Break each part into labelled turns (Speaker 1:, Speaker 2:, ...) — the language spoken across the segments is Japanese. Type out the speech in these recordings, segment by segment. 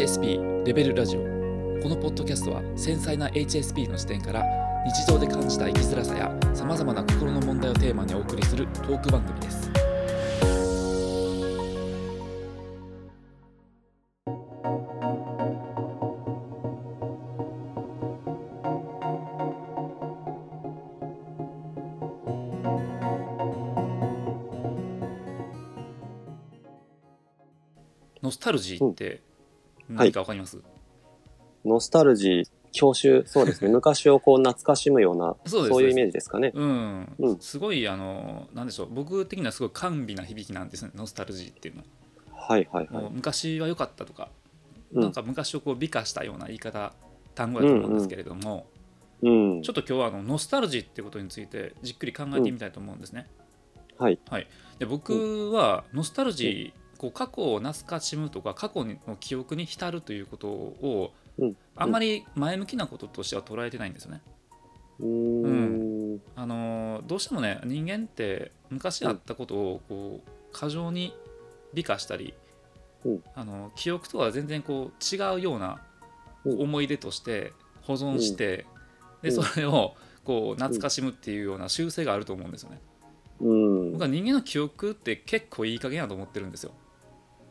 Speaker 1: HSP レベルラジオこのポッドキャストは繊細な HSP の視点から日常で感じた生きづらさやさまざまな心の問題をテーマにお送りするトーク番組ですノスタルジーって何かわかります、
Speaker 2: ノスタルジー、郷愁、そ うですね。昔をこう懐かしむような、
Speaker 1: そうです
Speaker 2: そういうイメージですかね。
Speaker 1: うん、
Speaker 2: うん
Speaker 1: すごいあのなんでしょう僕的にはすごい甘美な響きなんですねノスタルジーっていうのは、
Speaker 2: はいはいは
Speaker 1: もう
Speaker 2: い。
Speaker 1: 昔は良かったとか、
Speaker 2: うん
Speaker 1: なんか昔をこう美化したような言い方単語だと思うんですけれども、
Speaker 2: うん
Speaker 1: ちょ。っと今日はあのノスタルジーってことについてじっくり考えてみたいと思うんですね、
Speaker 2: はい。
Speaker 1: で僕はノスタルジーこう過去を懐かしむとか過去の記憶に浸るということを
Speaker 2: うん
Speaker 1: あんまり前向きなこととしては捉えてないんですよね
Speaker 2: うーん。
Speaker 1: あのーどうしてもね人間って昔あったことをこう過剰に美化したり、
Speaker 2: うん
Speaker 1: あの記憶とは全然こう違うような
Speaker 2: うん
Speaker 1: 思い出として保存して、
Speaker 2: うん
Speaker 1: でそれをこう懐かしむっていうような習性があると思うんですよね。
Speaker 2: うん。
Speaker 1: 僕は人間の記憶って結構いい加減だと思ってるんですよ。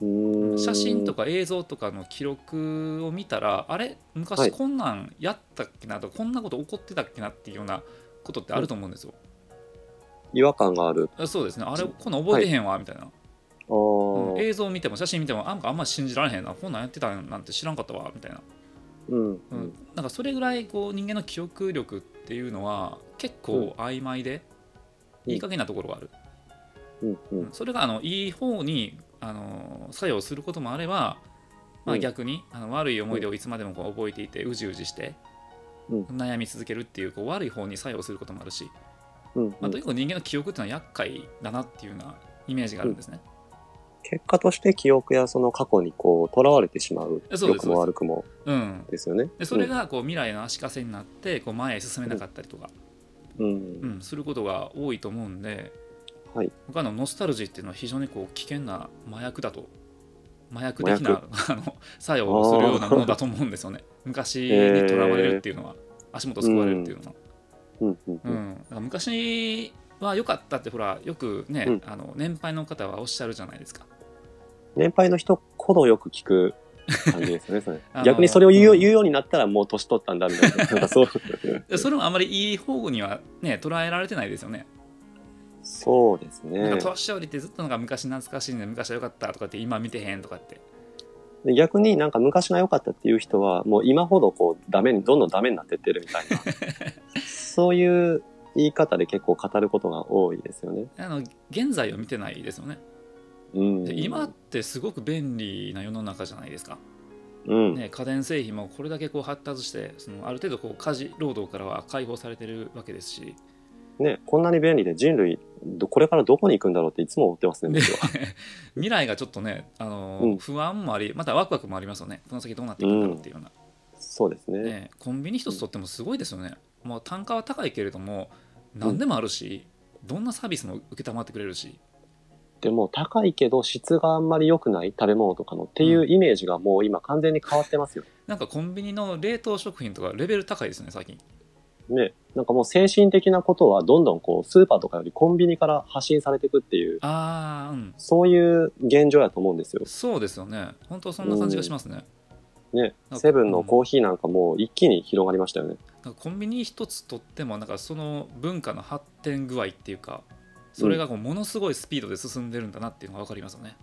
Speaker 2: うん
Speaker 1: 写真と。か映像とかの記録を見たらあれ
Speaker 2: は
Speaker 1: 昔
Speaker 2: い
Speaker 1: こんなんやったっけなとか、こんなこと起こってたっけなっていうようなことってあると思うんですよ。
Speaker 2: 違和感がある。
Speaker 1: あそうですねあれこんなん覚えてへんわ、みたいな、う
Speaker 2: あ
Speaker 1: ん
Speaker 2: ー
Speaker 1: 映像見ても写真見てもあんかあんま信じられへんなこんなんやってたなんて知らんかったわみたいな、
Speaker 2: う
Speaker 1: う
Speaker 2: ん。
Speaker 1: んなんかそれぐらいこう人間の記憶力っていうのは結構曖昧で、
Speaker 2: うん
Speaker 1: いい加減なところがある、
Speaker 2: うん。う
Speaker 1: うん
Speaker 2: ん。
Speaker 1: それがあのいい方にあの作用することもあれば、ま
Speaker 2: う
Speaker 1: あ、
Speaker 2: ん
Speaker 1: 逆にあの悪い思い出をいつまでもこう覚えていてうじうじして、
Speaker 2: うん
Speaker 1: 悩み続けるっていうこう悪い方に作用することもあるし、
Speaker 2: うん
Speaker 1: まあ、とにかく人間の記憶っていうのは厄介だなっていうようなイメージがあるんですね。
Speaker 2: 結果として記憶やその過去にこう、とらわれてしまう。
Speaker 1: そうです
Speaker 2: 良くも悪くも
Speaker 1: うん、
Speaker 2: ですよね。
Speaker 1: でそれがこう未来の足かせになってこう前へ進めなかったりとか、
Speaker 2: うん。
Speaker 1: う
Speaker 2: うん。
Speaker 1: ん、することが多いと思うんで
Speaker 2: はい。
Speaker 1: 僕はあのノスタルジーっていうのは非常にこう危険な麻薬だと麻薬的な あの作用をするようなものだと思うんですよね昔にとらわれるっていうのは、足元救われるっていうのは、
Speaker 2: うん。うん
Speaker 1: うんだから昔は良かったってほらよくね、
Speaker 2: うん
Speaker 1: あの年配の方はおっしゃるじゃないですか
Speaker 2: 年配の人ほどよく聞く感じですよね、それ
Speaker 1: あの
Speaker 2: 逆にそれを言うよ,、
Speaker 1: うん
Speaker 2: 言うようになったらもう年取ったんだみたいな。なん かそう。
Speaker 1: でそれもあまりいい方にはね捉えられてないですよね
Speaker 2: そうです
Speaker 1: なん
Speaker 2: ね
Speaker 1: か。年寄りってずっとなんか昔懐かしいね昔は良かったとかって今見てへんとかって
Speaker 2: で逆になんか昔が良かったっていう人は、もう今ほどこうダメに、どんどんダメになってってるみたいな。そういう言い方で結構語ることが多いですよね。
Speaker 1: あの現在を見てないですよね
Speaker 2: うん。
Speaker 1: で今ってすごく便利な世の中じゃないですか、
Speaker 2: うん。
Speaker 1: ね、家電製品もこれだけこう発達してそのある程度こう家事労働からは解放されてるわけですし
Speaker 2: ね、こんなに便利で人類、どこれからどこに行くんだろうっていつも思ってますね、
Speaker 1: で
Speaker 2: 僕は。
Speaker 1: 未来がちょっとねあの、
Speaker 2: うん
Speaker 1: 不安もありまたワクワクもありますよねこの先どうなっていくんだろうっていうような、
Speaker 2: そうですね。
Speaker 1: ね、コンビニ一つとってもすごいですよね、もう単価は高いけれども何でもあるし、どんなサービスも承ってくれるし
Speaker 2: でも高いけど質があんまり良くない食べ物とかのっていうイメージがもう今完全に変わってますよ。
Speaker 1: なんかコンビニの冷凍食品とかレベル高いですね最近
Speaker 2: ね。なんかもう精神的なことはどんどんこうスーパーとかよりコンビニから発信されていくっていう、
Speaker 1: ああうん
Speaker 2: そういう現状やと思うんですよ。
Speaker 1: そうですよね本当そんな感じがしますね、
Speaker 2: ね
Speaker 1: あ。
Speaker 2: セブンのコーヒーなんかもう一気に広がりましたよね。
Speaker 1: なんかコンビニ一つとってもなんかその文化の発展具合っていうかそれがこうものすごいスピードで進んでるんだなっていうのが分かりますよね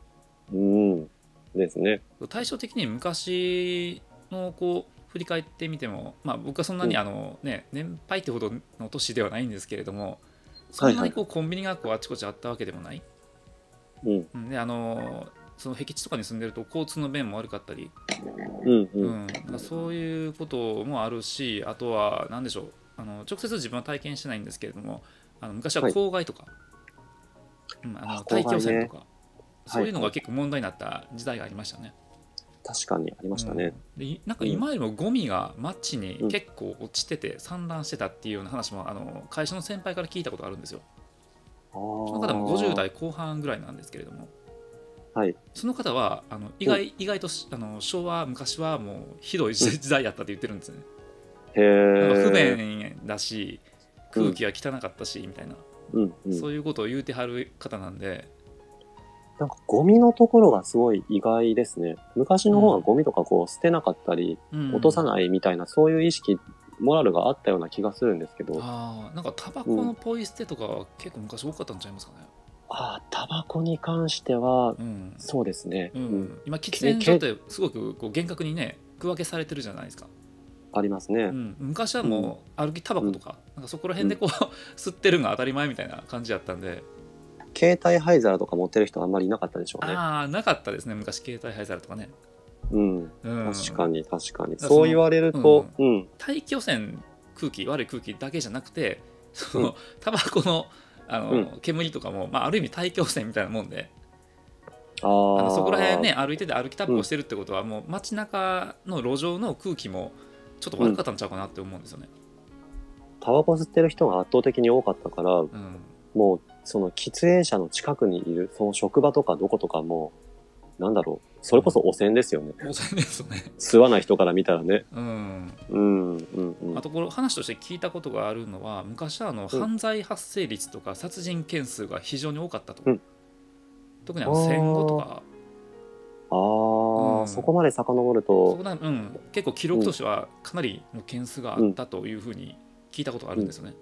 Speaker 2: うん。ですね。
Speaker 1: 対照的に昔のこう振り返ってみてもまあ僕はそんなに
Speaker 2: うん
Speaker 1: あのね年配ってほどの年ではないんですけれどもそんなにこうコンビニがこうあちこちあったわけでもない
Speaker 2: うん。
Speaker 1: うんであのその僻地とかに住んでると交通の便も悪かったり
Speaker 2: うんう。
Speaker 1: うんん、だからそういうこともあるしあとは何でしょうあの直接自分は体験してないんですけれどもあの昔は
Speaker 2: はい
Speaker 1: 公害とか、うん、あの
Speaker 2: あ
Speaker 1: 大
Speaker 2: 公
Speaker 1: 気
Speaker 2: 害ね
Speaker 1: 汚染とか、そういうの
Speaker 2: は
Speaker 1: が
Speaker 2: い
Speaker 1: 結構問題になった時代がありましたね。
Speaker 2: 確かにありましたね。
Speaker 1: うんでいなんか今よりもゴミが街に結構落ちてて散乱してたっていうような話もあの会社の先輩から聞いたことあるんですよ。
Speaker 2: ああ。
Speaker 1: その方も50代後半ぐらいなんですけれども、
Speaker 2: はい。
Speaker 1: その方はあの意外意外としあの昭和昔はもうひどい時時代やったって言ってるんですよね。
Speaker 2: へ
Speaker 1: なんか不
Speaker 2: え。
Speaker 1: 便だし空気が汚かったしみたいな、
Speaker 2: うんうん。
Speaker 1: そういうことを言うてはる方なんで
Speaker 2: なんかゴミのところがすごい意外ですね。昔の方はゴミとかこう捨てなかったり、落とさ
Speaker 1: い、
Speaker 2: ないみたいな、そういう意識、モラルがあったような気がするんですけ
Speaker 1: う
Speaker 2: ど、
Speaker 1: ん
Speaker 2: あ
Speaker 1: あーなんかタバコのポイ捨てとかは結構昔多かったんちゃいますかね。
Speaker 2: あー、タバコに関しては、
Speaker 1: うん
Speaker 2: そうですね。
Speaker 1: う
Speaker 2: うんん。
Speaker 1: 今喫煙所ってすごくこう厳格にね区分けされてるじゃないですか、
Speaker 2: あります
Speaker 1: う
Speaker 2: ね。
Speaker 1: ん、昔はもう歩きタバコとか,、なんかそこら辺でこう、吸ってるのが当たり前みたいな感じだったんで、
Speaker 2: 携帯灰皿とか持ってる人はあんまりいなかったでしょうね。
Speaker 1: ああなかったですね昔携帯灰皿とかね、
Speaker 2: うん。
Speaker 1: うん、
Speaker 2: 確かに確かに。
Speaker 1: その
Speaker 2: そう言われると、うん。
Speaker 1: 大気汚染空気悪い空気だけじゃなくてその、タバコのあの、
Speaker 2: うん
Speaker 1: 煙とかも、まあ、ある意味大気汚染みたいなもんで
Speaker 2: あ
Speaker 1: あ
Speaker 2: あ
Speaker 1: のそこら辺ね。歩いてて歩きタバコしてるってことは、もう街中の路上の空気もちょっと悪かったんちゃうかなって思うんですよね。
Speaker 2: タバコ吸ってる人が圧倒的に多かったから、
Speaker 1: うん
Speaker 2: もう、その喫煙者の近くにいる、その職場とかどことかもう、なんだろう、それこそ汚染ですよね。
Speaker 1: 当然ですよね。
Speaker 2: 吸わない人から見たらね。
Speaker 1: うん、
Speaker 2: うん、うん、うん
Speaker 1: あ。とこれ話として聞いたことがあるのは昔はあの
Speaker 2: うん
Speaker 1: 犯罪発生率とか殺人件数が非常に多かったと、
Speaker 2: うん
Speaker 1: 特にあの戦後とか
Speaker 2: ああ、
Speaker 1: うん
Speaker 2: そこまで遡る
Speaker 1: そ
Speaker 2: と
Speaker 1: こ、ら、うん、結構記録としてはかなりの件数があったというふうに聞いたことがあるんですよね、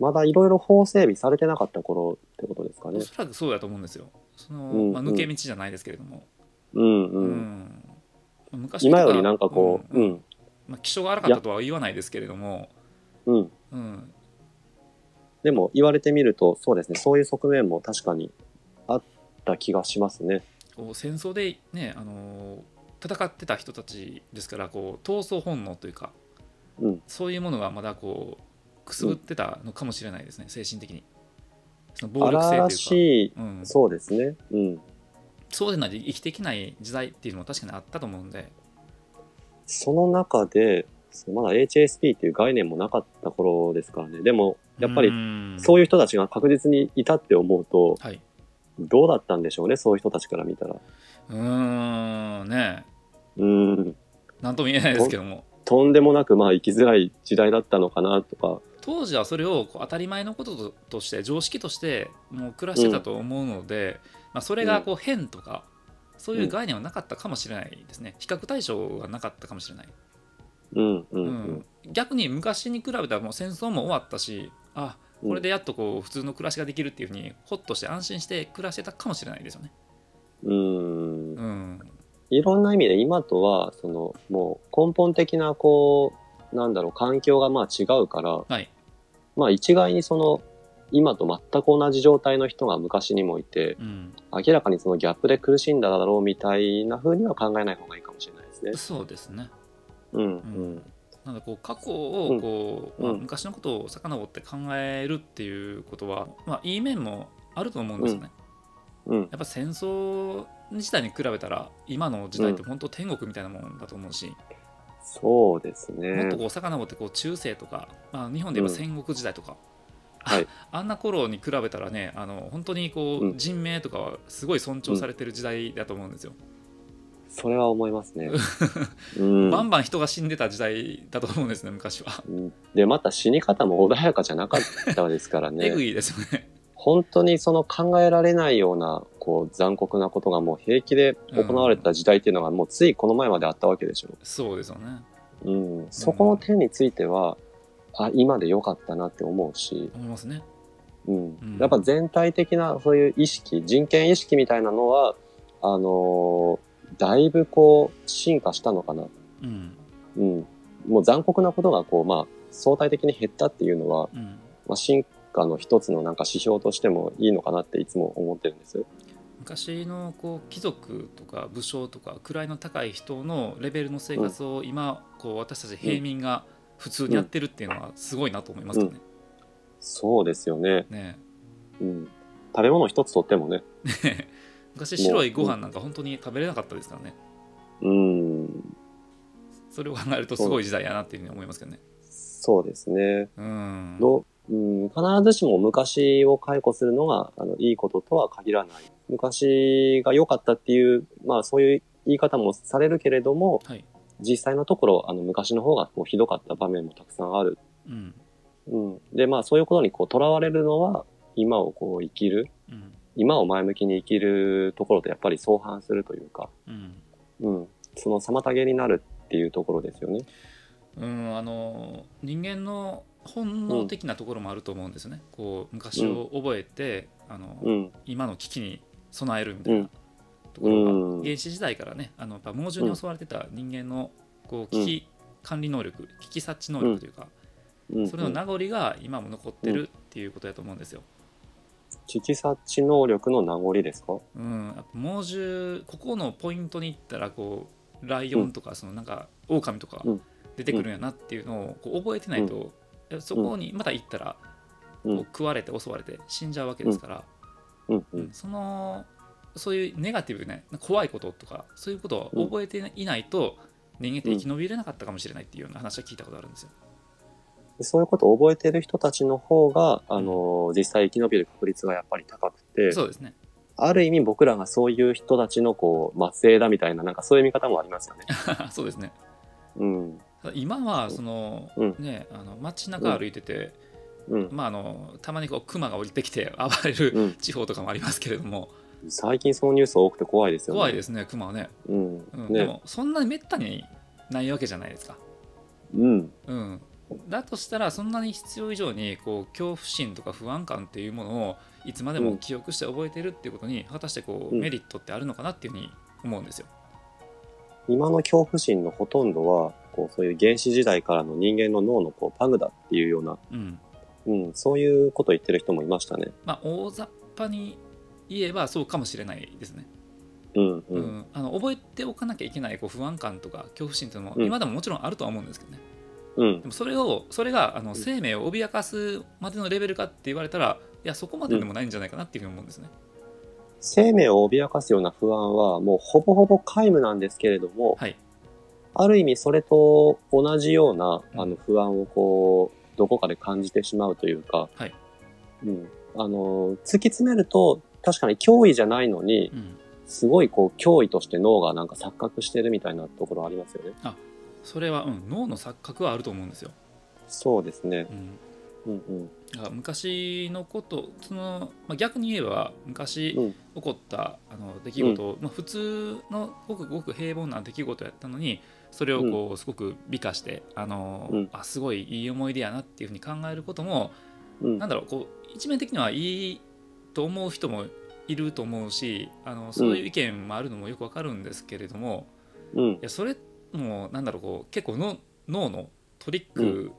Speaker 2: まだいろいろ法整備されてなかった頃ってことですか
Speaker 1: お
Speaker 2: ね。
Speaker 1: そらくそうだと思うんですよその、
Speaker 2: うん
Speaker 1: まあ、抜け道じゃないですけれども、
Speaker 2: うん、
Speaker 1: う
Speaker 2: うん。
Speaker 1: ん昔と
Speaker 2: 今よりなんかこう、う
Speaker 1: うん
Speaker 2: ん、
Speaker 1: まあ、気性が荒かったとは言わないですけれども、
Speaker 2: うん。
Speaker 1: うん、
Speaker 2: でも言われてみると、そうですね、そういう側面も確かにあった気がしますね。
Speaker 1: こう戦争でねあの戦ってた人たちですからこう闘争本能というか
Speaker 2: うん。
Speaker 1: そういうものがまだこうくすぶってたのかもしれないですね、精神的にその暴力性
Speaker 2: 荒
Speaker 1: と
Speaker 2: 々
Speaker 1: いう
Speaker 2: しい、
Speaker 1: か、うん、
Speaker 2: そうですね。うん。
Speaker 1: そうでないと生きていけない時代っていうのも確かにあったと思うんで
Speaker 2: その中で、そのまだ HSP っていう概念もなかった頃ですからね。でも、やっぱり
Speaker 1: う
Speaker 2: そういう人たちが確実にいたって思うと、
Speaker 1: んはい
Speaker 2: どうだったんでしょうね、そういう人たちから見たら。
Speaker 1: うーんね
Speaker 2: うん。
Speaker 1: 何とも言えないですけども
Speaker 2: とんでもなく、まあ、生きづらい時代だったのかな、とか。
Speaker 1: 当時はそれをこう当たり前のことととして常識としてもう暮らしてたと思うので、まあ、それがこう変とか、そういう概念はなかったかもしれないですね比較対象がなかったかもしれない、
Speaker 2: うん、うん、
Speaker 1: う
Speaker 2: うんん。
Speaker 1: 逆に昔に比べたらもう戦争も終わったしあこれでやっとこう普通の暮らしができるっていうふうにホッとして安心して暮らしてたかもしれないですよね。
Speaker 2: うん
Speaker 1: う。ん、
Speaker 2: いろんな意味で今とは、その、もう根本的な、こう、なんだろう、環境がまあ違うから、
Speaker 1: はい、
Speaker 2: まあ一概にその、今と全く同じ状態の人が昔にもいて、
Speaker 1: うん、
Speaker 2: 明らかにそのギャップで苦しんだだろうみたいな風には考えない方がいいかもしれないですね。
Speaker 1: そうですね。
Speaker 2: うん、
Speaker 1: う
Speaker 2: う
Speaker 1: ん
Speaker 2: ん、
Speaker 1: なのでこう過去をこう、
Speaker 2: うん
Speaker 1: まあ
Speaker 2: うん
Speaker 1: 昔のことを遡って考えるっていうことは、まあ、いい面もあると思うんですよね。
Speaker 2: うん、
Speaker 1: やっぱ戦争自体に比べたら今の時代って本当天国みたいなもんだと思うし、
Speaker 2: そうです
Speaker 1: もっ
Speaker 2: ね
Speaker 1: と。こう遡ってこう中世とか、まあ、日本で言えば戦国時代とか、
Speaker 2: はい
Speaker 1: あんな頃に比べたらねあの本当にこ
Speaker 2: う
Speaker 1: うん人命とかはすごい尊重されてる時代だと思うんですよ、
Speaker 2: それは思いま すね。うん
Speaker 1: バンバン人が死んでた時代だと思うんですね昔は。
Speaker 2: うんで、また死に方も穏やかじゃなかったですか ら
Speaker 1: えぐ
Speaker 2: ね。
Speaker 1: いですよね。
Speaker 2: 本当にその考えられないような、こう、残酷なことがもう平気で行われてた時代っていうのがもうついこの前まであったわけでしょ。
Speaker 1: そうですよね。
Speaker 2: うん、そこの点については、あ、今で良かったなって思うし、
Speaker 1: 思いますね。
Speaker 2: うん
Speaker 1: ん、
Speaker 2: やっぱ全体的なそういう意識人権意識みたいなのはあのーだいぶこう進化したのかな、
Speaker 1: うん。
Speaker 2: うん、もう残酷なことがこう、まあ、相対的に減ったっていうのは、
Speaker 1: うん。
Speaker 2: まあ、進化の一つのなんか指標としてもいいのかなっていつも思ってるんです。
Speaker 1: 昔のこう貴族とか武将とか位の高い人のレベルの生活を今こう私たち平民が普通にやってるっていうのはすごいなと思いますよね。
Speaker 2: そうですよね。
Speaker 1: ね
Speaker 2: うん、食べ物一つとってもね。
Speaker 1: え昔白いご飯なんか本当に食べれなかったですからね。
Speaker 2: うん、
Speaker 1: それを考えるとすごい時代やなっていうふうに思いますけどね。
Speaker 2: そうですね。
Speaker 1: うん。
Speaker 2: どううん、必ずしも昔を解雇するのがあのいいこととは限らない昔が良かったっていう、まあそういう言い方もされるけれども、
Speaker 1: はい。
Speaker 2: 実際のところ、あの、昔の方がこうひどかった場面もたくさんある。
Speaker 1: うん。
Speaker 2: うん。で、まあそういうことにこう、囚われるのは、今をこう生きる、
Speaker 1: うん。
Speaker 2: 今を前向きに生きるところとやっぱり相反するというか、
Speaker 1: うん。
Speaker 2: うん。その妨げになるっていうところですよね。
Speaker 1: うん、あの人間の本能的なところもあると思うんですよね。こう昔を覚えて、あの
Speaker 2: うん。
Speaker 1: 今の危機に備えるみたいなとこ
Speaker 2: う
Speaker 1: ろ
Speaker 2: ん
Speaker 1: が原始時代からねあのやっぱ猛獣に襲われてた人間のこう危機管理能力危機察知能力というか、
Speaker 2: うん。
Speaker 1: それの名残が今も残ってるっていうことだと思うんですよ。
Speaker 2: 危機察知能力の名残ですか
Speaker 1: うん、やっぱ猛獣ここのポイントに行ったらこうライオンとかそのなんか狼とか
Speaker 2: うん
Speaker 1: 出てくるんやなっていうのをこう覚えてないと、そこにまた行ったら
Speaker 2: うん
Speaker 1: こう食われて襲われて死んじゃうわけですから、
Speaker 2: うん。う
Speaker 1: うん
Speaker 2: ん。
Speaker 1: そのそういうネガティブね怖いこととかそういうことを覚えていないと人間って生き延びれなかったかもしれないっていうような話は聞いたことあるんですよ。
Speaker 2: そういうことを覚えてる人たちの方が、あの、実際生き延びる確率がやっぱり高くて、
Speaker 1: そうですね
Speaker 2: ある意味僕らがそういう人たちのこう、末裔だみたいな、なんかそういう見方もありますよね。
Speaker 1: そうですね
Speaker 2: うん。
Speaker 1: ただ今はその、
Speaker 2: うん
Speaker 1: ねあの街中歩いてて、
Speaker 2: うん。
Speaker 1: まああのたまにこうクマが降りてきて暴れる
Speaker 2: うん。
Speaker 1: 地方とかもありますけれども
Speaker 2: 最近そのニュース多くて怖いですよね。。
Speaker 1: 怖いですすね熊はね,、
Speaker 2: うん。
Speaker 1: うんで
Speaker 2: ね。
Speaker 1: もそんなにめったにないわけじゃないですか、
Speaker 2: うん。
Speaker 1: うん、だとしたらそんなに必要以上にこう恐怖心とか不安感っていうものをいつまでも記憶して覚えてるっていうことに果たしてこう
Speaker 2: うん
Speaker 1: メリットってあるのかなっていうふうに思うんですよ、
Speaker 2: 今の恐怖心のほとんどは、こう、そういう原始時代からの人間の脳のこう、パグだっていうような、
Speaker 1: うん
Speaker 2: うん、そういうことを言ってる人もいましたね。
Speaker 1: まあ、大雑把に言えばそうかもしれないですね、
Speaker 2: うん、う
Speaker 1: うん
Speaker 2: ん、
Speaker 1: あの覚えておかなきゃいけないこう不安感とか恐怖心っていうのも
Speaker 2: うん
Speaker 1: 今でももちろんあるとは思うんですけどね、
Speaker 2: うん
Speaker 1: で、もそれをそれがあの
Speaker 2: ん
Speaker 1: 生命を脅かすまでのレベルかって言われたらいやそこまででもないんじゃないかなっていうふうに思うんですね。
Speaker 2: 生命を脅かすような不安は、もうほぼほぼ皆無なんですけれども、
Speaker 1: はい、
Speaker 2: ある意味それと同じような
Speaker 1: うん
Speaker 2: あの不安をこう、どこかで感じてしまうというか、
Speaker 1: はい
Speaker 2: うん、あの、突き詰めると、確かに脅威じゃないのに
Speaker 1: う、ん、
Speaker 2: すごいこう、脅威として脳がなんか錯覚してるみたいなところありますよね。
Speaker 1: それは、うん、脳の錯覚はあると思うんですよ。
Speaker 2: そうですね。
Speaker 1: うん、
Speaker 2: うんうん。
Speaker 1: だから昔のことその、まあ、逆に言えば昔
Speaker 2: うん
Speaker 1: 起こった、あの出来事、まあ、普通のごくごく平凡な出来事やったのにそれをこうすごく美化してあの、
Speaker 2: うん
Speaker 1: あすごいいい思い出やなっていうふうに考えることも
Speaker 2: うん
Speaker 1: なんだろうこう一面的にはいいと思う人もいると思うしあのそういう意見もあるのもよくわかるんですけれども、
Speaker 2: うん
Speaker 1: い。やそれもなんだろうこう結構の脳のトリック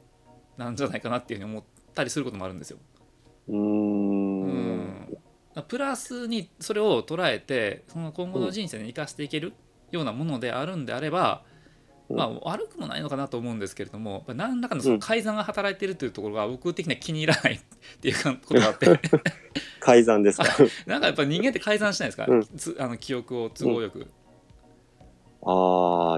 Speaker 1: なんじゃないかなっていうふうに思ったりすることもあるんですよ。
Speaker 2: うー。
Speaker 1: うんプラスにそれを捉えてその今後の人生に生かしていけるようなものであるんであれば、
Speaker 2: うん
Speaker 1: まあ、悪くもないのかなと思うんですけれどもやっぱ何らかのその改ざんが働いてるというところが僕的には気に入らないっていうかことが あって
Speaker 2: 改ざん ですか。
Speaker 1: なんかやっぱ人間って改ざんしないですか、
Speaker 2: うん
Speaker 1: つあの記憶を都合よく。
Speaker 2: あ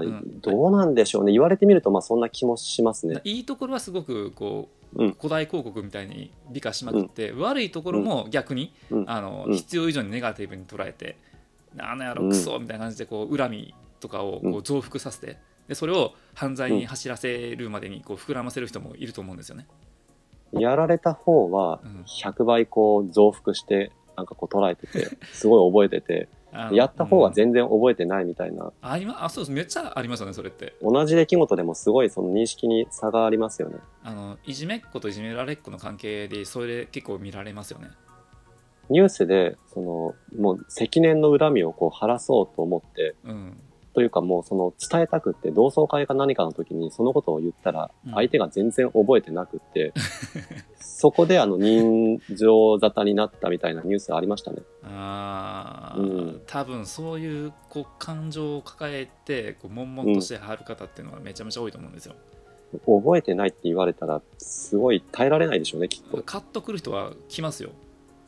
Speaker 2: あ、
Speaker 1: うん
Speaker 2: どうなんでしょうね。言われてみると、まあそんな気もしますね。
Speaker 1: いいところはすごくこう、
Speaker 2: うん
Speaker 1: 古代広告みたいに美化しまくって、悪いところも逆に、
Speaker 2: うん
Speaker 1: あの
Speaker 2: うん
Speaker 1: 必要以上にネガティブに捉えて、あの野郎クソみたいな感じでこう恨みとかを
Speaker 2: う
Speaker 1: こ
Speaker 2: ん
Speaker 1: う増幅させてでそれを犯罪に走らせるまでにこう膨らませる人もいると思うんですよね。
Speaker 2: やられた方は
Speaker 1: うん
Speaker 2: 100倍こう増幅して、なんかこう捉えて て、すごい覚えてて、
Speaker 1: あの
Speaker 2: やった方は
Speaker 1: うん
Speaker 2: 全然覚えてないみたいな、
Speaker 1: ありまあそうですめっちゃありますよねそれって
Speaker 2: 同じ出来事でもすごいその認識に差がありますよね。
Speaker 1: あのいじめっ子といじめられっ子の関係でそれ結構見られますよね。
Speaker 2: ニュースで、その、もう積年の恨みをこう晴らそうと思って、
Speaker 1: うん
Speaker 2: というかもうその伝えたくって同窓会か何かの時にそのことを言ったら
Speaker 1: うん
Speaker 2: 相手が全然覚えてなく って、そこであの人情沙汰になったみたいなニュースありましたね。
Speaker 1: あー、
Speaker 2: うん
Speaker 1: 多分そういうこう感情を抱えてこう悶々としてはる方っていうのはめちゃめちゃ多いと思うんですよ。
Speaker 2: 覚えてないって言われたらすごい耐えられないでしょうね、きっと。
Speaker 1: カッとくる人は来ますよ。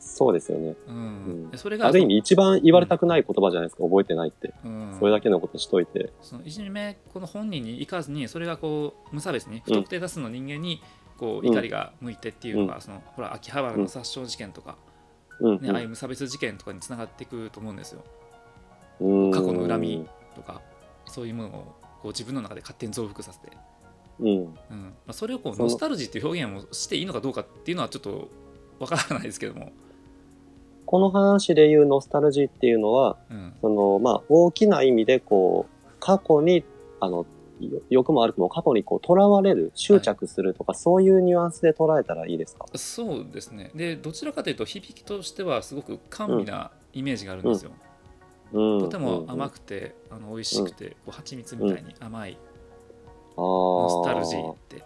Speaker 2: そうですよね。
Speaker 1: うん
Speaker 2: う
Speaker 1: それが
Speaker 2: ある意味一番言われたくない言葉じゃないですか、覚えてないって。
Speaker 1: うん
Speaker 2: それだけのことしといて。
Speaker 1: そのいじめこの本人に行かずにそれがこう無差別に不特定多数の人間にこう
Speaker 2: うん
Speaker 1: 怒りが向いてっていうのが、
Speaker 2: う
Speaker 1: そのほら秋葉原の殺傷事件とか、
Speaker 2: うん
Speaker 1: ねああいう無差別事件とかにつながっていくと思うんですよ
Speaker 2: うん
Speaker 1: 過去の恨みとかそういうものをこう自分の中で勝手に増幅させて、
Speaker 2: うん
Speaker 1: うんまあ、それをこう
Speaker 2: その
Speaker 1: ノスタルジーっていう表現をしていいのかどうかっていうのはちょっとわからないですけども、
Speaker 2: この話でいうノスタルジーっていうのは
Speaker 1: うん、
Speaker 2: そのまあ大きな意味でこう過去にあのよ良くも悪くも過去にこう囚われる執着するとか、そういうニュアンスで捉えたらいいですか
Speaker 1: そうですねでどちらかというと響きとしてはすごく甘美なイメージがあるんですよ、
Speaker 2: うん
Speaker 1: とても甘くてあの美味しくて、こう蜂蜜みたいに甘いノ
Speaker 2: ノ
Speaker 1: スタルジーって、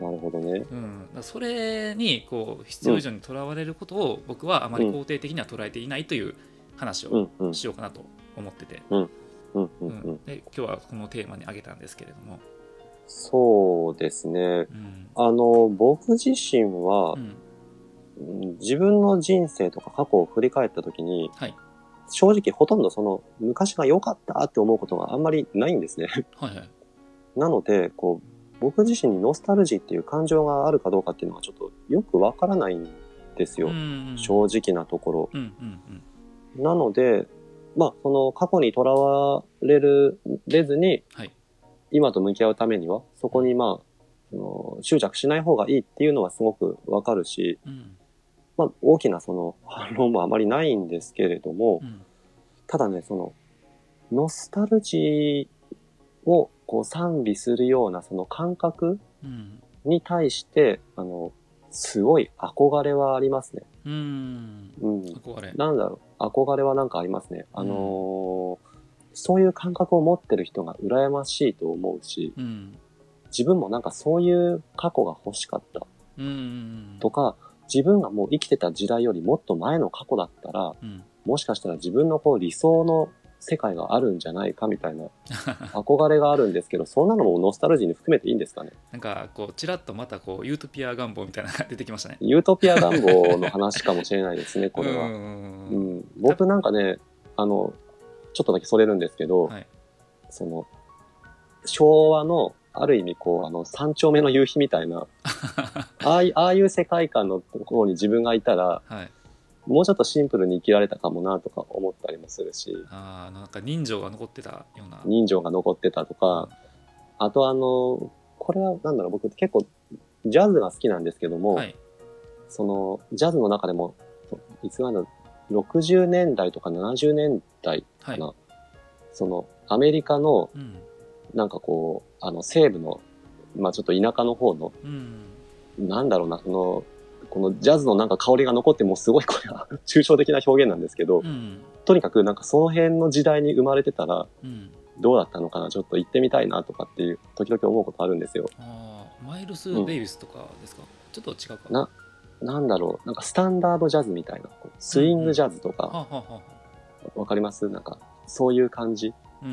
Speaker 2: なるほどね
Speaker 1: うん、だからそれにこう必要以上にとらわれることを僕はあまり肯定的には捉えていないという話
Speaker 2: う
Speaker 1: を
Speaker 2: んうん
Speaker 1: しようかなと思ってて、
Speaker 2: うんう
Speaker 1: うんん
Speaker 2: うん
Speaker 1: で今日はこのテーマに挙げたんですけれども、
Speaker 2: そうですね
Speaker 1: うん
Speaker 2: あの僕自身は
Speaker 1: う、ん
Speaker 2: うん自分の人生とか過去を振り返った時に
Speaker 1: はい、
Speaker 2: 正直ほとんどその昔が良かったって思うことがあんまりないんですね
Speaker 1: はいはい
Speaker 2: なのでこう僕自身にノスタルジーっていう感情があるかどうかっていうのはちょっとよくわからないんですよ、
Speaker 1: うん
Speaker 2: 正直なところ
Speaker 1: うんうん
Speaker 2: なのでまあその過去にとらわれるれずに
Speaker 1: はい
Speaker 2: 今と向き合うためにはそこにまああの執着しない方がいいっていうのはすごくわかるし、
Speaker 1: うん
Speaker 2: まあ、大きなその 反論もあまりないんですけれども
Speaker 1: う、ん
Speaker 2: ただね、その、ノスタルジーをこう賛美するようなその感覚
Speaker 1: うん
Speaker 2: に対して、あの、すごい憧れはありますね。
Speaker 1: うん
Speaker 2: うん。
Speaker 1: 憧れ
Speaker 2: なんだろう、憧れはなんかありますね。あのーそういう感覚を持ってる人が羨ましいと思うし、
Speaker 1: うん
Speaker 2: 自分もなんかそういう過去が欲しかった
Speaker 1: うんうん
Speaker 2: とか、自分がもう生きてた時代よりもっと前の過去だったら、
Speaker 1: うん
Speaker 2: もしかしたら自分のこう理想の世界があるんじゃないかみたいな憧れがあるんですけど、そんなのもノスタルジーに含めていいんですかね
Speaker 1: なんかこうちらっとまたこうユートピア願望みたいなのが出てきましたね。
Speaker 2: ユートピア願望の話かもしれないです ね、これ
Speaker 1: う
Speaker 2: は。
Speaker 1: ん
Speaker 2: う
Speaker 1: うん
Speaker 2: ん、僕なんかね、あの、ちょっとだけそれるんですけど、
Speaker 1: はい
Speaker 2: その、昭和の、ある意味こう、あの、三丁目の夕日みたいな、ああいああいう世界観のところに自分がいたら、
Speaker 1: はい、
Speaker 2: もうちょっとシンプルに生きられたかもなとか思ったりもするし、
Speaker 1: あーあのなんか人情が残ってたような。
Speaker 2: 人情が残ってたとか、あとあの、これはなんだろう、僕結構ジャズが好きなんですけども、
Speaker 1: はい、
Speaker 2: そのジャズの中でも、いつがの60年代とか70年代、
Speaker 1: はい
Speaker 2: あのそのアメリカの
Speaker 1: うん
Speaker 2: なんかこう、あの西部の、まあちょっと田舎の方の、
Speaker 1: うん、
Speaker 2: なんだろうな、その、このジャズのなんか香りが残ってもうすごいこれは 抽象的な表現なんですけど、
Speaker 1: うん、
Speaker 2: とにかくなんかその辺の時代に生まれてたら
Speaker 1: うん、
Speaker 2: どうだったのかな、ちょっと行ってみたいなとかっていう、時々思うことあるんですよ。
Speaker 1: ああ、マイルス・デイビスとかですか、ちょっと違うか。
Speaker 2: ななんだろう、なんかスタンダードジャズみたいな、こうスイングジャズと
Speaker 1: はあ
Speaker 2: か、
Speaker 1: はあはあは
Speaker 2: わかりますなんか、そういう感じ
Speaker 1: あ、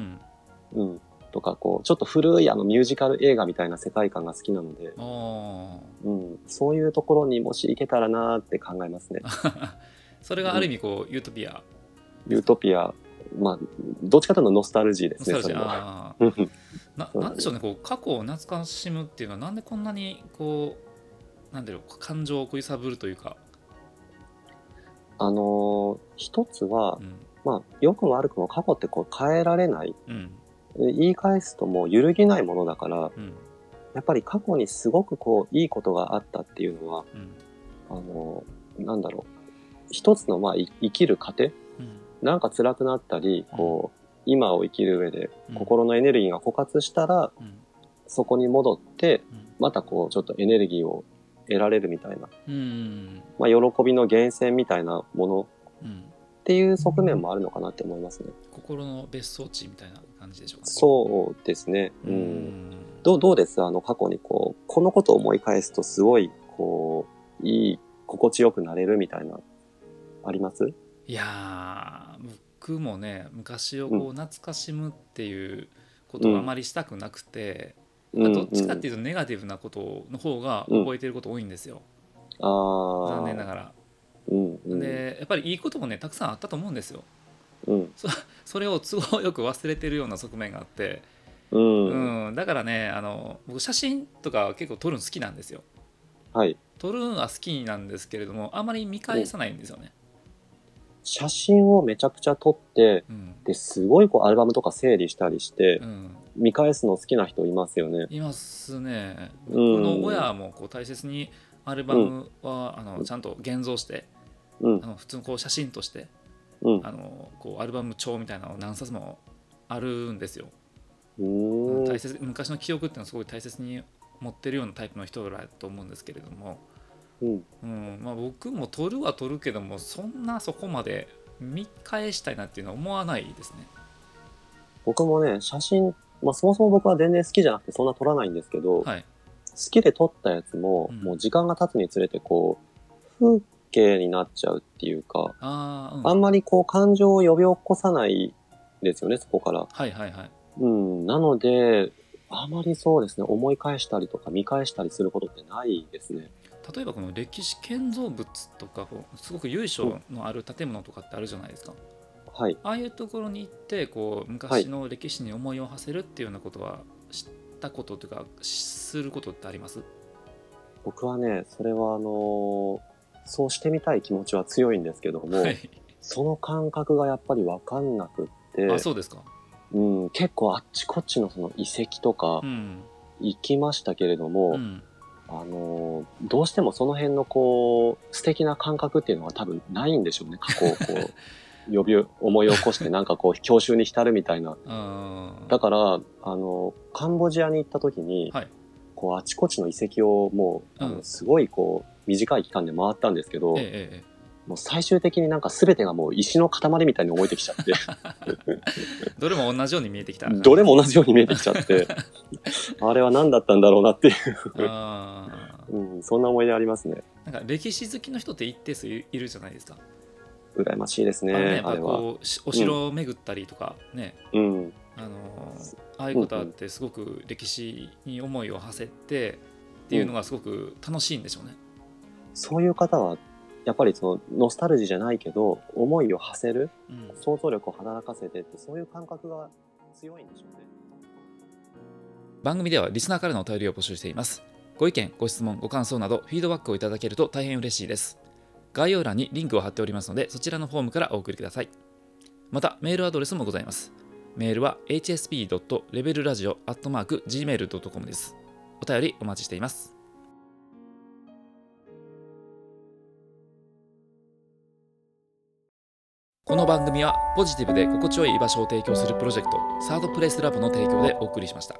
Speaker 1: うん、
Speaker 2: うん。とか、こう、ちょっと古いあのミュージカル映画みたいな世界観が好きなので、
Speaker 1: あ
Speaker 2: うん。そういうところにもし行けたらなーって考えますね。
Speaker 1: あ、それがある意味こう、ユートピア、
Speaker 2: ユートピア、まあ、どっちかというとノスタルジーで
Speaker 1: ノ
Speaker 2: す
Speaker 1: スタル
Speaker 2: ね、そ
Speaker 1: ジ
Speaker 2: れ
Speaker 1: ー
Speaker 2: も。
Speaker 1: あ
Speaker 2: うんうん
Speaker 1: ーななんでしょうね、こう過去を懐かしむっていうのは、なんでこんなにこう、なんだろう、感情を食いさぶるというか、
Speaker 2: あのー一つは
Speaker 1: う、ん、
Speaker 2: まあ、良くも悪くも過去ってこう変えられない。
Speaker 1: うん、
Speaker 2: 言い返すともう揺るぎないものだから、
Speaker 1: うん、
Speaker 2: やっぱり過去にすごくこう、いいことがあったっていうのは、
Speaker 1: うん、
Speaker 2: あの、なんだろう。一つの、まあ、い生きる糧
Speaker 1: うん、
Speaker 2: なんか辛くなったり、こう、今を生きる上で、
Speaker 1: うん、
Speaker 2: 心のエネルギーが枯渇したら、
Speaker 1: うん、
Speaker 2: そこに戻って、
Speaker 1: うん、
Speaker 2: またこう、ちょっとエネルギーを得られるみたいな、
Speaker 1: うん、
Speaker 2: まあ、喜びの源泉みたいなもの
Speaker 1: うん、
Speaker 2: っていう側面もあるのかなって思いますね。
Speaker 1: 心の別荘地みたいな感じでしょうか、
Speaker 2: そうですね。
Speaker 1: う
Speaker 2: うんん。どう、どうですあの、過去にこう、このことを思い返すと、すごい、こう、いい、心地よくなれるみたいな、あります
Speaker 1: いやー僕もね昔をこう懐かしむっていうことをあまりしたくなくて、
Speaker 2: うん
Speaker 1: どっちかっていうとネガティブなことの方が覚えてること多いんですよ、
Speaker 2: うんああ。
Speaker 1: 残念ながら。
Speaker 2: うんうん、
Speaker 1: でやっぱりいいこともねたくさんあったと思うんですよ。
Speaker 2: うん
Speaker 1: それを都合よく忘れてるような側面があって、
Speaker 2: うん
Speaker 1: うんだからねあの僕写真とか結構撮るの好きなんですよ。
Speaker 2: はい
Speaker 1: 撮るのは好きなんですけれどもあまり見返さないんですよね。
Speaker 2: 写真をめちゃくちゃ撮って、
Speaker 1: うん
Speaker 2: で、すごいこうアルバムとか整理したりして
Speaker 1: う、ん、
Speaker 2: 見返すの好きな人いますよね。
Speaker 1: いますね。僕
Speaker 2: うん
Speaker 1: の親もこう大切にアルバムは、あのちゃんと現像して
Speaker 2: うん
Speaker 1: あ、の普通のこう写真として
Speaker 2: うん。
Speaker 1: あのこうアルバム帳みたいなのを何冊もあるんですよ。
Speaker 2: うー
Speaker 1: 大
Speaker 2: ん。
Speaker 1: 切昔の記憶っていうのをすごい大切に持ってるようなタイプの人らだと思うんですけれども、
Speaker 2: うん。
Speaker 1: うんまあ、僕も撮るは撮るけどもそんなそこまで見返したいなっていうのは思わないですね。
Speaker 2: 僕もね、写真、まあそもそも僕は全然好きじゃなくてそんな撮らないんですけど、
Speaker 1: はい、
Speaker 2: 好きで撮ったやつも、
Speaker 1: うん
Speaker 2: もう時間が経つにつれてこう、風景になっちゃうっていうか、
Speaker 1: あー、うん、
Speaker 2: あんまりこう感情を呼び起こさないですよね、そこから。
Speaker 1: はいはいはい。
Speaker 2: うん。なので、あまりそうですね、思い返したりとか見返したりすることってないですね。
Speaker 1: 例えばこの歴史建造物とかこうすごく由緒のある建物とかってあるじゃないですか。
Speaker 2: はい。
Speaker 1: ああいうところに行ってこう昔の歴史に思いを馳せるっていうようなことは知ったことというかしすることってあります
Speaker 2: 僕はね、それはあのーそうしてみたい気持ちは強いんですけども、
Speaker 1: はい。
Speaker 2: その感覚がやっぱりわかんなくって、
Speaker 1: あそうですか。
Speaker 2: うん、結構あっちこっちのその遺跡とか
Speaker 1: うん。
Speaker 2: 行きましたけれども、
Speaker 1: うん、
Speaker 2: あのーどうしてもその辺のこう素敵な感覚っていうのは多分ないんでしょうね過去をこう呼び思い起こしてなんかこう郷愁に浸るみたいな
Speaker 1: あー
Speaker 2: だからあのカンボジアに行った時に、
Speaker 1: はい
Speaker 2: こうあちこちの遺跡をもうあ
Speaker 1: う
Speaker 2: の
Speaker 1: ん
Speaker 2: すごいこう短い期間で回ったんですけど、
Speaker 1: えええええ
Speaker 2: もう最終的になんか全てがもう石の塊みたいに思えてきち ゃって
Speaker 1: えどれも同じように見えてきた。
Speaker 2: どれも同じように見えてきち ゃって、あれは何だったんだろうなっていう、
Speaker 1: あー
Speaker 2: うん、そんな思い出ありますね。
Speaker 1: なんか歴史好きの人って一定数いるじゃないですか。
Speaker 2: 羨ましいです
Speaker 1: あのね
Speaker 2: ね
Speaker 1: や、っ
Speaker 2: あ
Speaker 1: ぱ
Speaker 2: れは。
Speaker 1: こうしお城を巡ったりとかね、
Speaker 2: うん、
Speaker 1: あのーああいうことあってすごく歴史に思いを馳せてっていうのがすごく楽しいんでしょうね。
Speaker 2: そういう方は、やっぱりそのノスタルジーじゃないけど、思いを馳せる、
Speaker 1: うん
Speaker 2: 想像力を働かせてって、そういう感覚が強いんでしょうね。
Speaker 1: 番組ではリスナーからのお便りを募集していますご意見ご質問ご感想などフィードバックをいただけると大変嬉しいです概要欄にリンクを貼っておりますのでそちらのフォームからお送りくださいまたメールアドレスもございますメールは hsp.levelradio.gmail.com ですお便りお待ちしていますこの番組はポジティブで心地よい居場所を提供するプロジェクトサードプレイスラボの提供でお送りしました